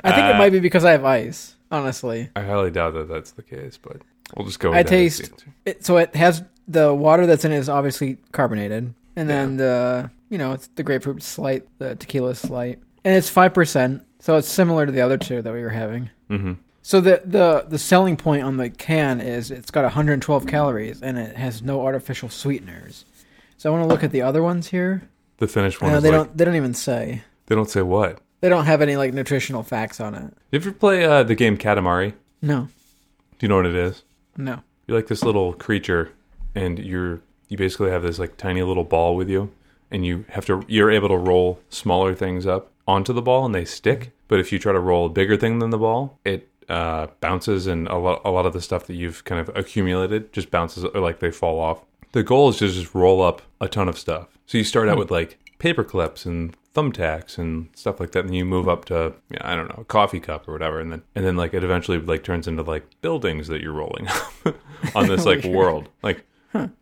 Speaker 1: I think it
Speaker 2: Ah.
Speaker 1: might be because I have ice, honestly.
Speaker 2: I highly doubt that that's the case, but we'll just go with
Speaker 1: I
Speaker 2: that as
Speaker 1: taste-
Speaker 2: the answer.
Speaker 1: It, so it has the water that's in it is obviously carbonated, and then the you know it's the grapefruit slight, the tequila slight, and it's five percent, so it's similar to the other two that we were having.
Speaker 2: Mhm.
Speaker 1: So the the the selling point on the can is it's got 112 calories and it has no artificial sweeteners. So I want to look at the other ones here.
Speaker 2: The finished one
Speaker 1: Uh,
Speaker 2: is
Speaker 1: they
Speaker 2: like
Speaker 1: don't they don't even say
Speaker 2: they don't say what.
Speaker 1: they don't have any like nutritional facts on it.
Speaker 2: You ever play uh, the game Katamari? Do
Speaker 1: No,
Speaker 2: you know what it is?
Speaker 1: no.
Speaker 2: You're like this little creature and you're you basically have this like tiny little ball with you and you have to you're able to roll smaller things up onto the ball and they stick. But if you try to roll a bigger thing than the ball, it uh, bounces and a lot, a lot of the stuff that you've kind of accumulated just bounces or like they fall off. The goal is to just roll up a ton of stuff. So you start out with like paper clips and thumbtacks and stuff like that, and you move up to yeah, I don't know, a coffee cup or whatever, and then and then like it eventually like turns into like buildings that you're rolling up on this like world. Like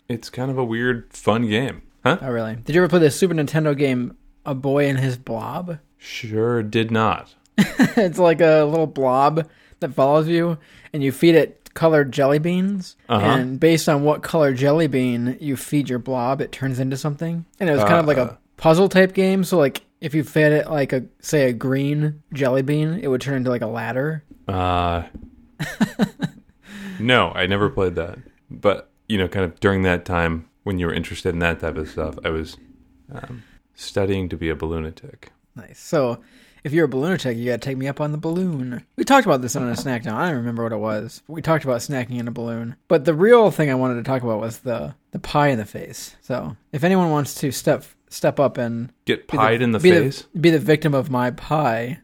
Speaker 2: it's kind of a weird, fun game, huh?
Speaker 1: Oh really? Did you ever play the Super Nintendo game A Boy and His Blob?
Speaker 2: Sure, did not.
Speaker 1: it's like a little blob that follows you, and you feed it colored jelly beans.
Speaker 2: Uh-huh.
Speaker 1: And based on what color jelly bean you feed your blob, it turns into something. And it was kind of like a puzzle type game. So like if you fed it like a say a green jelly bean, it would turn into like a ladder.
Speaker 2: Uh, no, I never played that. But you know, kind of during that time when you were interested in that type of stuff, I was um, studying to be a balloonatic.
Speaker 1: Nice. So if you're a balloonatic, you gotta take me up on the balloon. We talked about this on a snack down. I don't remember what it was. We talked about snacking in a balloon. But the real thing I wanted to talk about was the the pie in the face. So if anyone wants to step step up and
Speaker 2: Get
Speaker 1: be
Speaker 2: pied in the
Speaker 1: be
Speaker 2: face.
Speaker 1: be the victim of my pie.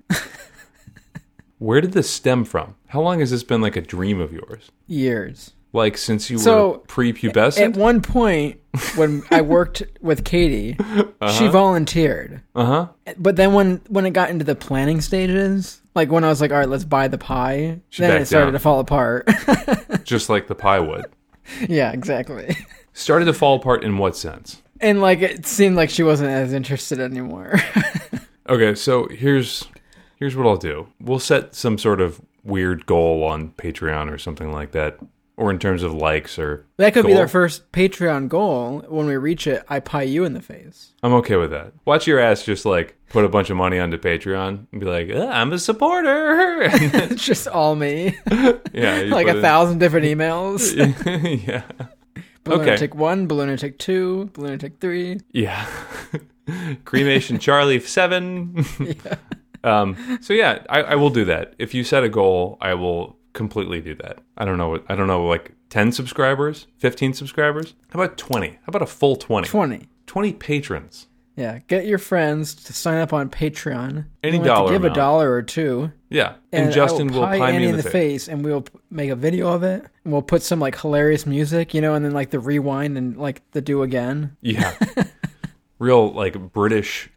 Speaker 2: Where did this stem from? How long has this been like a dream of yours?
Speaker 1: Years.
Speaker 2: Like since you
Speaker 1: So,
Speaker 2: were prepubescent?
Speaker 1: At one point, when I worked with Katie,
Speaker 2: Uh-huh.
Speaker 1: she volunteered.
Speaker 2: uh huh.
Speaker 1: But then when when it got into the planning stages, like when I was like, "All right, let's buy the pie,"
Speaker 2: She
Speaker 1: then it
Speaker 2: backed
Speaker 1: started
Speaker 2: down.
Speaker 1: to fall apart.
Speaker 2: Just like the pie would.
Speaker 1: yeah, exactly.
Speaker 2: Started to fall apart in what sense?
Speaker 1: And like it seemed like she wasn't as interested anymore.
Speaker 2: Okay, so here's here's what I'll do. We'll set some sort of weird goal on Patreon or something like that, or in terms of likes or
Speaker 1: that could be
Speaker 2: Goal?
Speaker 1: their first Patreon goal. When we reach it, I pie you in the face.
Speaker 2: I'm okay with that. Watch your ass just like put a bunch of money onto Patreon and be like, "Ah, I'm a supporter.
Speaker 1: it's just all me,
Speaker 2: yeah, you
Speaker 1: like
Speaker 2: put
Speaker 1: a thousand different emails.
Speaker 2: in- yeah,
Speaker 1: Balloonatic
Speaker 2: Okay.
Speaker 1: one, Balloonatic two, Balloonatic three.
Speaker 2: yeah. Cremation Charlie Seven. Um, so yeah, I, I will do that. If you set a goal, I will completely do that. I don't know. what- I don't know. Like ten subscribers, fifteen subscribers. How about twenty? How about a full 20?
Speaker 1: 20.
Speaker 2: 20 patrons.
Speaker 1: Yeah, get your friends to sign up on Patreon.
Speaker 2: Any
Speaker 1: You don't have to
Speaker 2: dollar
Speaker 1: Give
Speaker 2: amount.
Speaker 1: a dollar or two.
Speaker 2: Yeah,
Speaker 1: And,
Speaker 2: and,
Speaker 1: I
Speaker 2: Justin will pie,
Speaker 1: Annie
Speaker 2: me in the, face.
Speaker 1: and we'll p- make a video of it. And we'll put some like hilarious music, you know, and then like the rewind and like the do again.
Speaker 2: Yeah. Real like British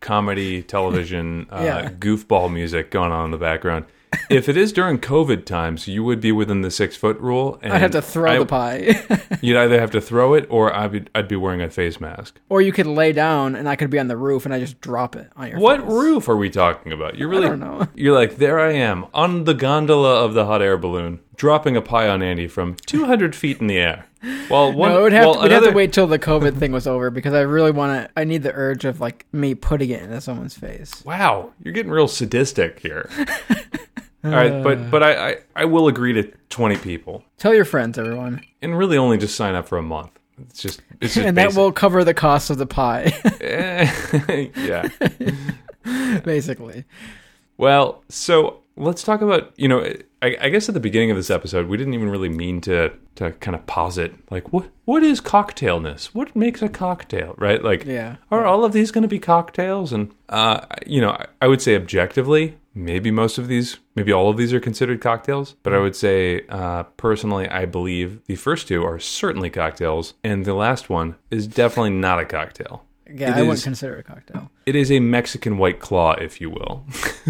Speaker 2: comedy television uh,
Speaker 1: Yeah.
Speaker 2: goofball music going on in the background. If it is during COVID times, you would be within the six foot rule. And
Speaker 1: I'd have to throw
Speaker 2: I-
Speaker 1: the pie.
Speaker 2: You'd either have to throw it, or I'd be, I'd be wearing a face mask.
Speaker 1: or you could lay down and I could be on the roof and I just drop it on your
Speaker 2: What
Speaker 1: face.
Speaker 2: roof are we talking about? You're really,
Speaker 1: don't know.
Speaker 2: you're like, there I am on the gondola of the hot air balloon, dropping a pie on Andy from 200 feet in the air. Well, one,
Speaker 1: No, it would have,
Speaker 2: well,
Speaker 1: to, we'd have to
Speaker 2: another-
Speaker 1: wait till the COVID thing was over because I really want to. I need the urge of like me putting it into someone's face.
Speaker 2: Wow, you're getting real sadistic here. All right, but but I, I I will agree to 20 people,
Speaker 1: Tell your friends, everyone,
Speaker 2: and really only just sign up for a month. It's just it's just
Speaker 1: and that will cover the cost of the pie,
Speaker 2: basic. yeah.
Speaker 1: basically.
Speaker 2: Well, so Let's talk about you know. I, I guess at the beginning of this episode, we didn't even really mean to to kind of posit like what what is cocktailness? What makes a cocktail? Right? Like,
Speaker 1: Yeah.
Speaker 2: are all of these going to be cocktails? And uh, you know, I, I would say objectively, maybe most of these, maybe all of these are considered cocktails. But I would say uh, personally, I believe the first two are certainly cocktails, and the last one is definitely not a cocktail.
Speaker 1: Yeah,
Speaker 2: It
Speaker 1: I wouldn't
Speaker 2: is-
Speaker 1: consider it a cocktail
Speaker 2: It is a Mexican white claw, if you will.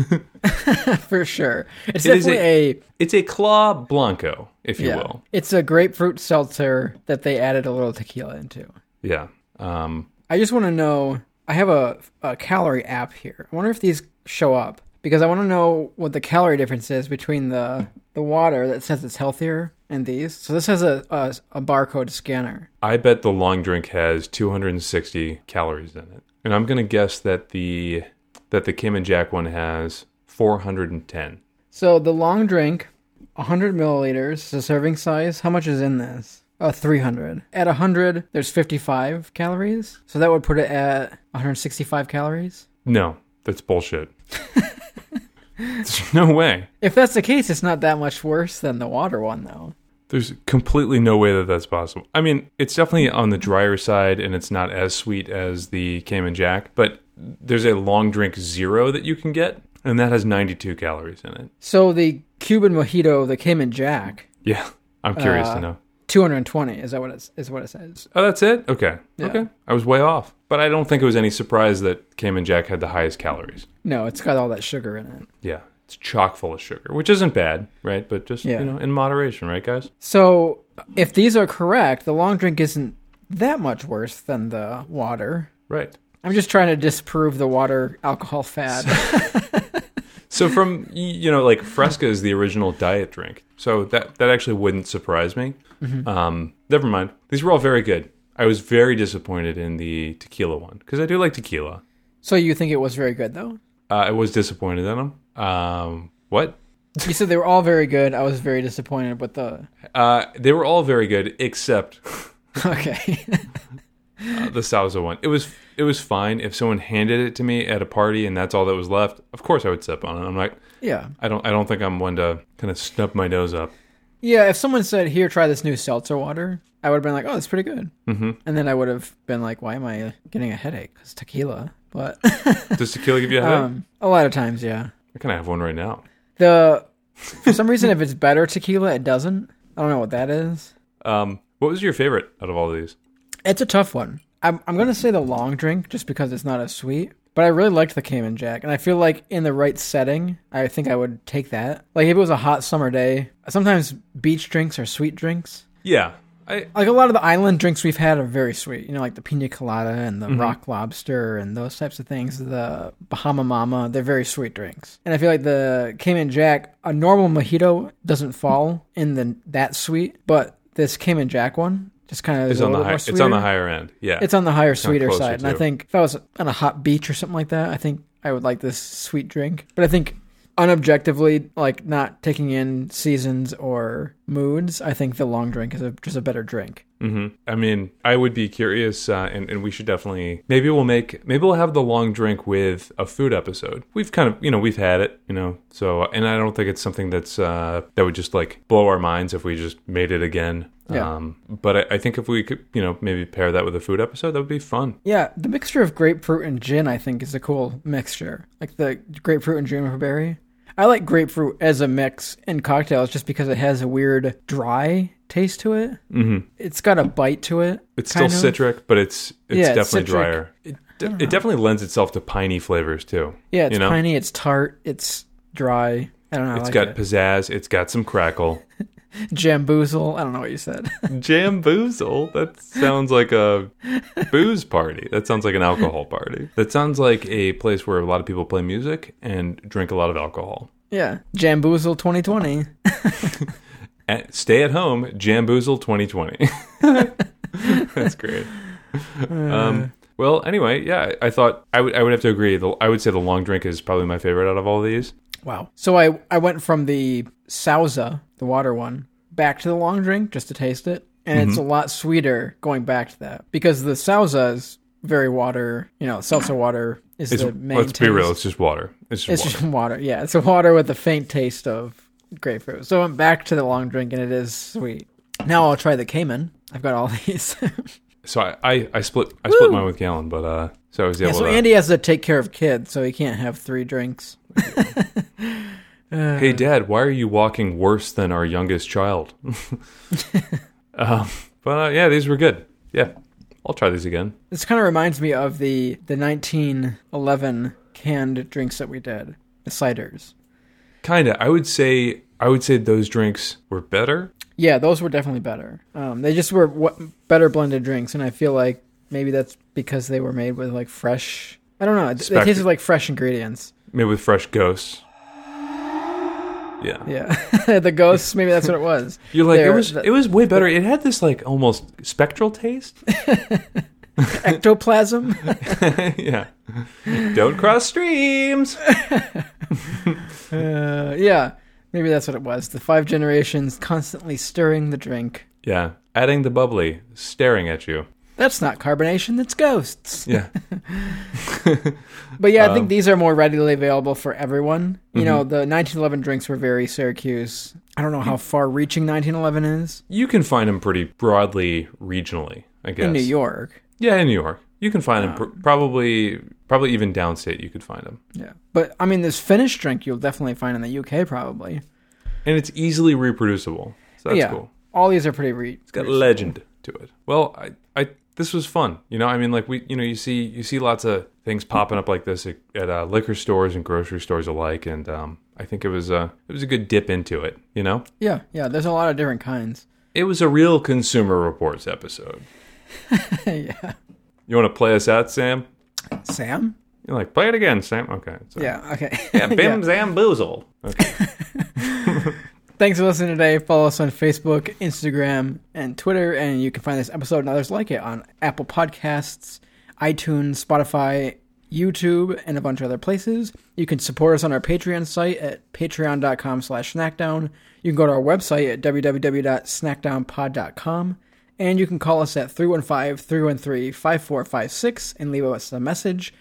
Speaker 1: for sure. It's
Speaker 2: It is
Speaker 1: definitely a,
Speaker 2: It's a claw blanco, if you
Speaker 1: yeah.
Speaker 2: will.
Speaker 1: It's a grapefruit seltzer that they added a little tequila into.
Speaker 2: Yeah. Um,
Speaker 1: I just want to know. I have a, a calorie app here. I wonder if these show up because I want to know what the calorie difference is between the the water that says it's healthier and these. So this has a a, a barcode scanner.
Speaker 2: I bet the long drink has 260 calories in it, and I'm gonna guess that the that the Kim and Jack one has 410.
Speaker 1: So the long drink, 100 milliliters, the serving size. How much is in this? Uh, 300. At 100, there's 55 calories. So that would put it at 165 calories.
Speaker 2: No, that's bullshit. There's no way.
Speaker 1: If that's the case, it's not that much worse than the water one, though.
Speaker 2: There's completely no way that that's possible. I mean, it's definitely on the drier side and it's not as sweet as the Cayman Jack, but there's a long drink zero that you can get, and that has 92 calories in it.
Speaker 1: So the Cuban mojito that came in Jack,
Speaker 2: Yeah, I'm curious
Speaker 1: Uh,
Speaker 2: to know.
Speaker 1: 220 is that what it is what it says.
Speaker 2: Oh, that's it. Okay,
Speaker 1: Yeah.
Speaker 2: okay. I was way off, but I don't think it was any surprise that Cayman Jack had the highest calories.
Speaker 1: No, it's got all that sugar in it.
Speaker 2: Yeah, it's chock full of sugar, which isn't bad, right? But just
Speaker 1: Yeah.
Speaker 2: you know, in moderation, right, guys?
Speaker 1: So if these are correct, the long drink isn't that much worse than the water.
Speaker 2: Right.
Speaker 1: I'm just trying to disprove the water alcohol fad.
Speaker 2: So from y- you know, like Fresca is the original diet drink, so that that actually wouldn't surprise me.
Speaker 1: Mm-hmm.
Speaker 2: Um, never mind. These were all very good. I was very disappointed in the tequila one because I do like tequila.
Speaker 1: so you think it was very good though?
Speaker 2: Uh, I was disappointed in them. Um, what?
Speaker 1: You said they were all very good. I was very disappointed with the
Speaker 2: Uh, they were all very good except
Speaker 1: Okay.
Speaker 2: the salsa one. It was it was fine. If someone handed it to me at a party and that's all that was left, of course I would sip on it. I'm like,
Speaker 1: yeah.
Speaker 2: I don't I don't think I'm one to kind of snub my nose up.
Speaker 1: Yeah, if someone said, "Here, try this new seltzer water," I would have been like, "Oh, that's pretty good," mm-hmm. and then I would have been like, "Why am I getting a headache? It's tequila." But
Speaker 2: Does tequila give you a headache?
Speaker 1: um, a lot of times, yeah,
Speaker 2: I kind of have one right now.
Speaker 1: the for some reason if it's better tequila, it doesn't. I don't know what that is.
Speaker 2: Um, what was your favorite out of all these?
Speaker 1: It's a tough one. I'm I'm gonna say the long drink just because it's not as sweet. But I really liked the Cayman Jack, and I feel like in the right setting, I think I would take that. Like if it was a hot summer day, sometimes beach drinks are sweet drinks.
Speaker 2: Yeah, I
Speaker 1: Like a lot of the island drinks we've had are very sweet. You know, like the pina colada and the
Speaker 2: Mm-hmm.
Speaker 1: rock lobster and those types of things. The Bahama Mama, they're very sweet drinks. And I feel like the Cayman Jack, a normal mojito doesn't fall in the that sweet, but this Cayman Jack one just kind of
Speaker 2: it's
Speaker 1: is a
Speaker 2: on the
Speaker 1: little
Speaker 2: high,
Speaker 1: more
Speaker 2: it's on the
Speaker 1: sweeter.
Speaker 2: higher end. Yeah,
Speaker 1: It's on the higher, sweeter
Speaker 2: closer
Speaker 1: side. And I
Speaker 2: to-
Speaker 1: think if I was on a hot beach or something like that, I think I would like this sweet drink. But I think unobjectively, like not taking in seasons or moods, I think the long drink is a, just a better drink.
Speaker 2: hmm I mean, I would be curious, uh, and and we should definitely maybe we'll make maybe we'll have the long drink with a food episode. We've kind of you know we've had it, you know. So and I don't think it's something that's uh, that would just like blow our minds if we just made it again.
Speaker 1: Yeah.
Speaker 2: Um, but I, I think if we could you know maybe pair that with a food episode, that would be fun.
Speaker 1: Yeah, the mixture of grapefruit and gin, I think, is a cool mixture. Like the grapefruit and juniperberry. I like grapefruit as a mix in cocktails just because it has a weird dry taste to it.
Speaker 2: Mm-hmm.
Speaker 1: It's got a bite to it.
Speaker 2: It's
Speaker 1: kind
Speaker 2: still
Speaker 1: of.
Speaker 2: citric, but it's
Speaker 1: Yeah,
Speaker 2: it's
Speaker 1: it's
Speaker 2: definitely
Speaker 1: citric.
Speaker 2: drier. It, de- it definitely lends itself to piney flavors too.
Speaker 1: Yeah, it's
Speaker 2: you know?
Speaker 1: piney. It's tart. It's dry. I don't know. I
Speaker 2: It's
Speaker 1: like
Speaker 2: got
Speaker 1: it.
Speaker 2: pizzazz. It's got some crackle.
Speaker 1: Jamboozle. I don't know what you said.
Speaker 2: Jamboozle. That sounds like a booze party. That sounds like an alcohol party. That sounds like a place where a lot of people play music and drink a lot of alcohol.
Speaker 1: yeah, Jamboozle 2020.
Speaker 2: At, stay at home, Jamboozle 2020. That's great. Um, well, anyway, yeah, I thought I would I would have to agree. The, I would say the long drink is probably my favorite out of all these.
Speaker 1: Wow. So I I went from the salsa, the water one, back to the
Speaker 2: Mm-hmm.
Speaker 1: long drink just to taste it, and it's a lot sweeter going back to that because the salsa is very water, you know, salsa water is
Speaker 2: It's,
Speaker 1: the main.
Speaker 2: let's be
Speaker 1: taste.
Speaker 2: real. It's just water. It's just
Speaker 1: It's
Speaker 2: water.
Speaker 1: just water. Yeah, it's a water with a faint taste of grapefruit. So I'm back to the long drink, and it is sweet. Now I'll try the Cayman. I've got all these.
Speaker 2: so I, I, I split I split
Speaker 1: Woo!
Speaker 2: mine with Gallon, but uh, so I was
Speaker 1: yeah,
Speaker 2: able
Speaker 1: so
Speaker 2: to.
Speaker 1: Andy has to take care of kids, so he can't have three drinks.
Speaker 2: hey, Dad, why are you walking worse than our youngest child? um, but uh, yeah, these were good. Yeah, I'll try these again.
Speaker 1: This kind of reminds me of the the 1911 canned drinks that we did, the ciders.
Speaker 2: Kinda. I would say I would say those drinks were better.
Speaker 1: Yeah, those were definitely better. Um, they just were w- better blended drinks, and I feel like maybe that's because they were made with like fresh. I don't know. It They
Speaker 2: Spectrum.
Speaker 1: tasted like fresh ingredients.
Speaker 2: Made with fresh ghosts. Yeah.
Speaker 1: Yeah, the ghosts. Maybe that's what it was.
Speaker 2: You're like
Speaker 1: They're
Speaker 2: it was
Speaker 1: the-
Speaker 2: it was way better. It had this like almost spectral taste.
Speaker 1: ectoplasm.
Speaker 2: yeah. Don't cross streams.
Speaker 1: Uh, yeah, maybe that's what it was. The five generations constantly stirring the drink.
Speaker 2: Yeah. Adding the bubbly, staring at you.
Speaker 1: That's not carbonation. That's ghosts.
Speaker 2: Yeah.
Speaker 1: But yeah,
Speaker 2: Um,
Speaker 1: I think these are more readily available for everyone. You know,
Speaker 2: Mm-hmm.
Speaker 1: the 1911 drinks were very Syracuse. I don't know how far-reaching 1911 is
Speaker 2: You can find them pretty broadly regionally, I guess.
Speaker 1: in New York.
Speaker 2: Yeah, in New York. You can find them pr- probably probably even downstate you could find them.
Speaker 1: Yeah, but I mean, this Finnish drink you'll definitely find in the UK, probably.
Speaker 2: And it's easily reproducible. So that's
Speaker 1: yeah,
Speaker 2: cool.
Speaker 1: all these are pretty. Re-
Speaker 2: It's got legend to it. Well, I, I this was fun. You know, I mean, like we, you know, you see, you see lots of things popping up like this at, at uh, liquor stores and grocery stores alike, and um, I think it was a it was a good dip into it. You know,
Speaker 1: yeah, yeah. There's a lot of different kinds.
Speaker 2: it was a real Consumer Reports episode.
Speaker 1: yeah,
Speaker 2: You want to play us out, Sam?
Speaker 1: Sam.
Speaker 2: You're like, play it again, Sam. Okay. So,
Speaker 1: Yeah. Okay.
Speaker 2: Yeah, Bim Zamboozle. Okay.
Speaker 1: Thanks for listening today. Follow us on Facebook, Instagram, and Twitter. And you can find this episode and others like it on Apple Podcasts, iTunes, Spotify, YouTube, and a bunch of other places. You can support us on our Patreon site at patreon.com slash snackdown. You can go to our website at www.snackdownpod.com. And you can call us at 315-313-5456 and leave us a message.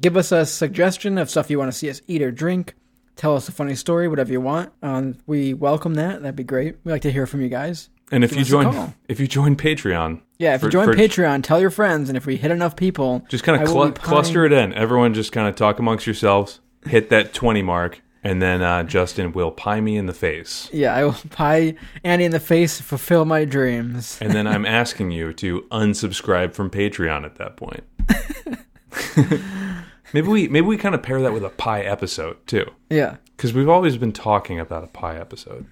Speaker 1: Give us a suggestion of stuff you want to see us eat or drink. Tell us a funny story, whatever you want. Um, we welcome that. That'd be great. We like to hear from you guys.
Speaker 2: And if
Speaker 1: Give
Speaker 2: you
Speaker 1: us a
Speaker 2: join,
Speaker 1: call.
Speaker 2: if you join Patreon,
Speaker 1: Yeah, if
Speaker 2: for-
Speaker 1: you join
Speaker 2: for-
Speaker 1: Patreon, tell your friends, and if we hit enough people,
Speaker 2: just kind
Speaker 1: I
Speaker 2: of
Speaker 1: will
Speaker 2: clu-
Speaker 1: be
Speaker 2: cluster it in. Everyone just kind of talk amongst yourselves, hit that 20 mark, and then uh, Justin will pie me in the face.
Speaker 1: Yeah, I will pie Andy in the face, and fulfill my dreams.
Speaker 2: And then I'm asking you to unsubscribe from Patreon at that point. maybe we maybe we kind of pair that with a pie episode too,
Speaker 1: Yeah,
Speaker 2: because we've always been talking about a pie episode.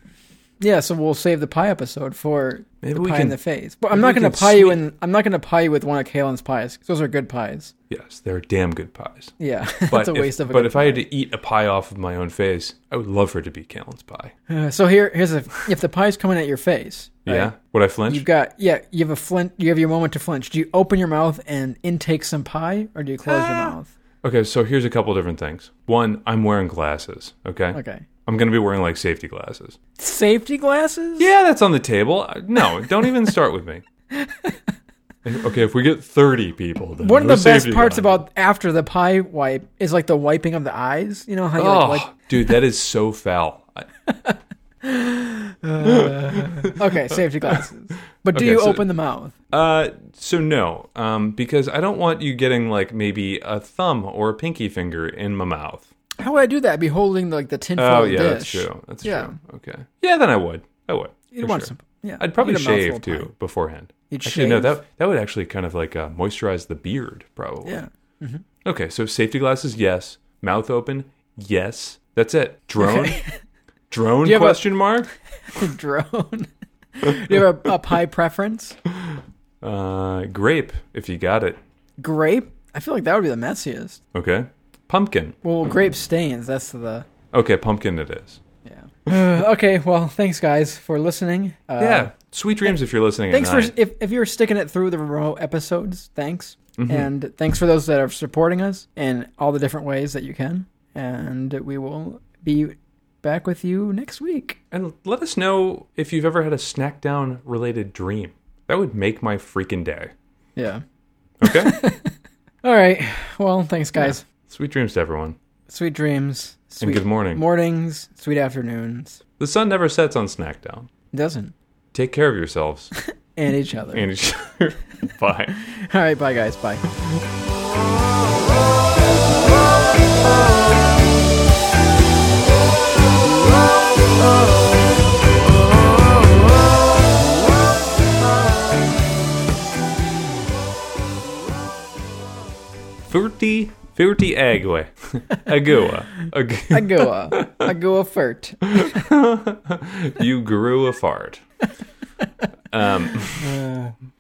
Speaker 1: yeah. So we'll save the pie episode for
Speaker 2: Maybe
Speaker 1: the
Speaker 2: we
Speaker 1: pie
Speaker 2: can-
Speaker 1: in the face. But I'm
Speaker 2: maybe
Speaker 1: not going
Speaker 2: we
Speaker 1: to
Speaker 2: can
Speaker 1: pie you in. I'm not going to pie you with one of Kalen's pies. 'cause Those are good pies.
Speaker 2: Yes, they're damn good pies.
Speaker 1: Yeah,
Speaker 2: But
Speaker 1: that's a
Speaker 2: if,
Speaker 1: waste of. A
Speaker 2: but
Speaker 1: good
Speaker 2: if I had to eat a pie off of my own face, I would love for it to be Callan's pie.
Speaker 1: Uh, so here, here's a. If the pie's coming at your face, right,
Speaker 2: Yeah, would I flinch?
Speaker 1: You've got yeah. You have a flint. You have your moment to flinch. Do you open your mouth and intake some pie, or do you close your mouth?
Speaker 2: Okay, so here's a couple different things. One, I'm wearing glasses. Okay,
Speaker 1: Okay.
Speaker 2: I'm gonna be wearing like safety glasses.
Speaker 1: Safety glasses.
Speaker 2: Yeah, that's on the table. Uh, No, don't even start with me. Okay, if we get 30 people, then
Speaker 1: One of
Speaker 2: no
Speaker 1: the best
Speaker 2: safety
Speaker 1: parts
Speaker 2: glasses.
Speaker 1: about after the pie wipe is like the wiping of the eyes. You know how you
Speaker 2: oh,
Speaker 1: like,
Speaker 2: dude, that is so foul. I-
Speaker 1: like okay safety glasses, but do
Speaker 2: Okay,
Speaker 1: you
Speaker 2: so-
Speaker 1: open the mouth?
Speaker 2: Uh, so no, um, because I don't want you getting like maybe a thumb or a pinky finger in my mouth.
Speaker 1: How would I do that? I'd be holding like the tinfoil
Speaker 2: Oh yeah,
Speaker 1: dish.
Speaker 2: that's true. That's
Speaker 1: Yeah.
Speaker 2: true. Okay. Yeah, then I would. I would.
Speaker 1: You'd
Speaker 2: for
Speaker 1: want
Speaker 2: sure.
Speaker 1: some. Yeah,
Speaker 2: I'd probably
Speaker 1: you'd a mouthful
Speaker 2: shave
Speaker 1: of
Speaker 2: too
Speaker 1: pie.
Speaker 2: beforehand.
Speaker 1: You'd
Speaker 2: Actually, no,
Speaker 1: shave.
Speaker 2: that that would actually kind of like uh, moisturize the beard, probably.
Speaker 1: Yeah.
Speaker 2: Okay, so safety glasses, yes. Mouth open, yes. That's it. Drone, drone?
Speaker 1: you have a-
Speaker 2: question mark?
Speaker 1: Drone. do you have a, a pie preference?
Speaker 2: Uh, grape, if you got it.
Speaker 1: Grape. I feel like that would be the messiest.
Speaker 2: Okay. Pumpkin.
Speaker 1: Well, grape stains. That's the
Speaker 2: Okay, pumpkin it is.
Speaker 1: yeah. Uh, okay. Well, thanks guys for listening. Uh,
Speaker 2: yeah. Sweet dreams if you're listening.
Speaker 1: Thanks
Speaker 2: at
Speaker 1: for
Speaker 2: night.
Speaker 1: if if you're sticking it through the remote episodes. Thanks,
Speaker 2: Mm-hmm.
Speaker 1: and thanks for those that are supporting us in all the different ways that you can. And we will be back with you next week.
Speaker 2: And let us know if you've ever had a snack down related dream. That would make my freaking day.
Speaker 1: Yeah.
Speaker 2: Okay?
Speaker 1: All right. Well, thanks, guys.
Speaker 2: Sweet dreams to everyone.
Speaker 1: Sweet dreams. Sweet
Speaker 2: good morning.
Speaker 1: Mornings. Sweet afternoons.
Speaker 2: The sun never sets on Snackdown.
Speaker 1: Doesn't.
Speaker 2: Take care of yourselves
Speaker 1: And each other.
Speaker 2: and each other. Bye.
Speaker 1: All right. Bye, guys. Bye.
Speaker 2: Furti, furti agua. Agua. Ag-
Speaker 1: Agua. Agua furt.
Speaker 2: you grew a fart. Um,
Speaker 1: Uh,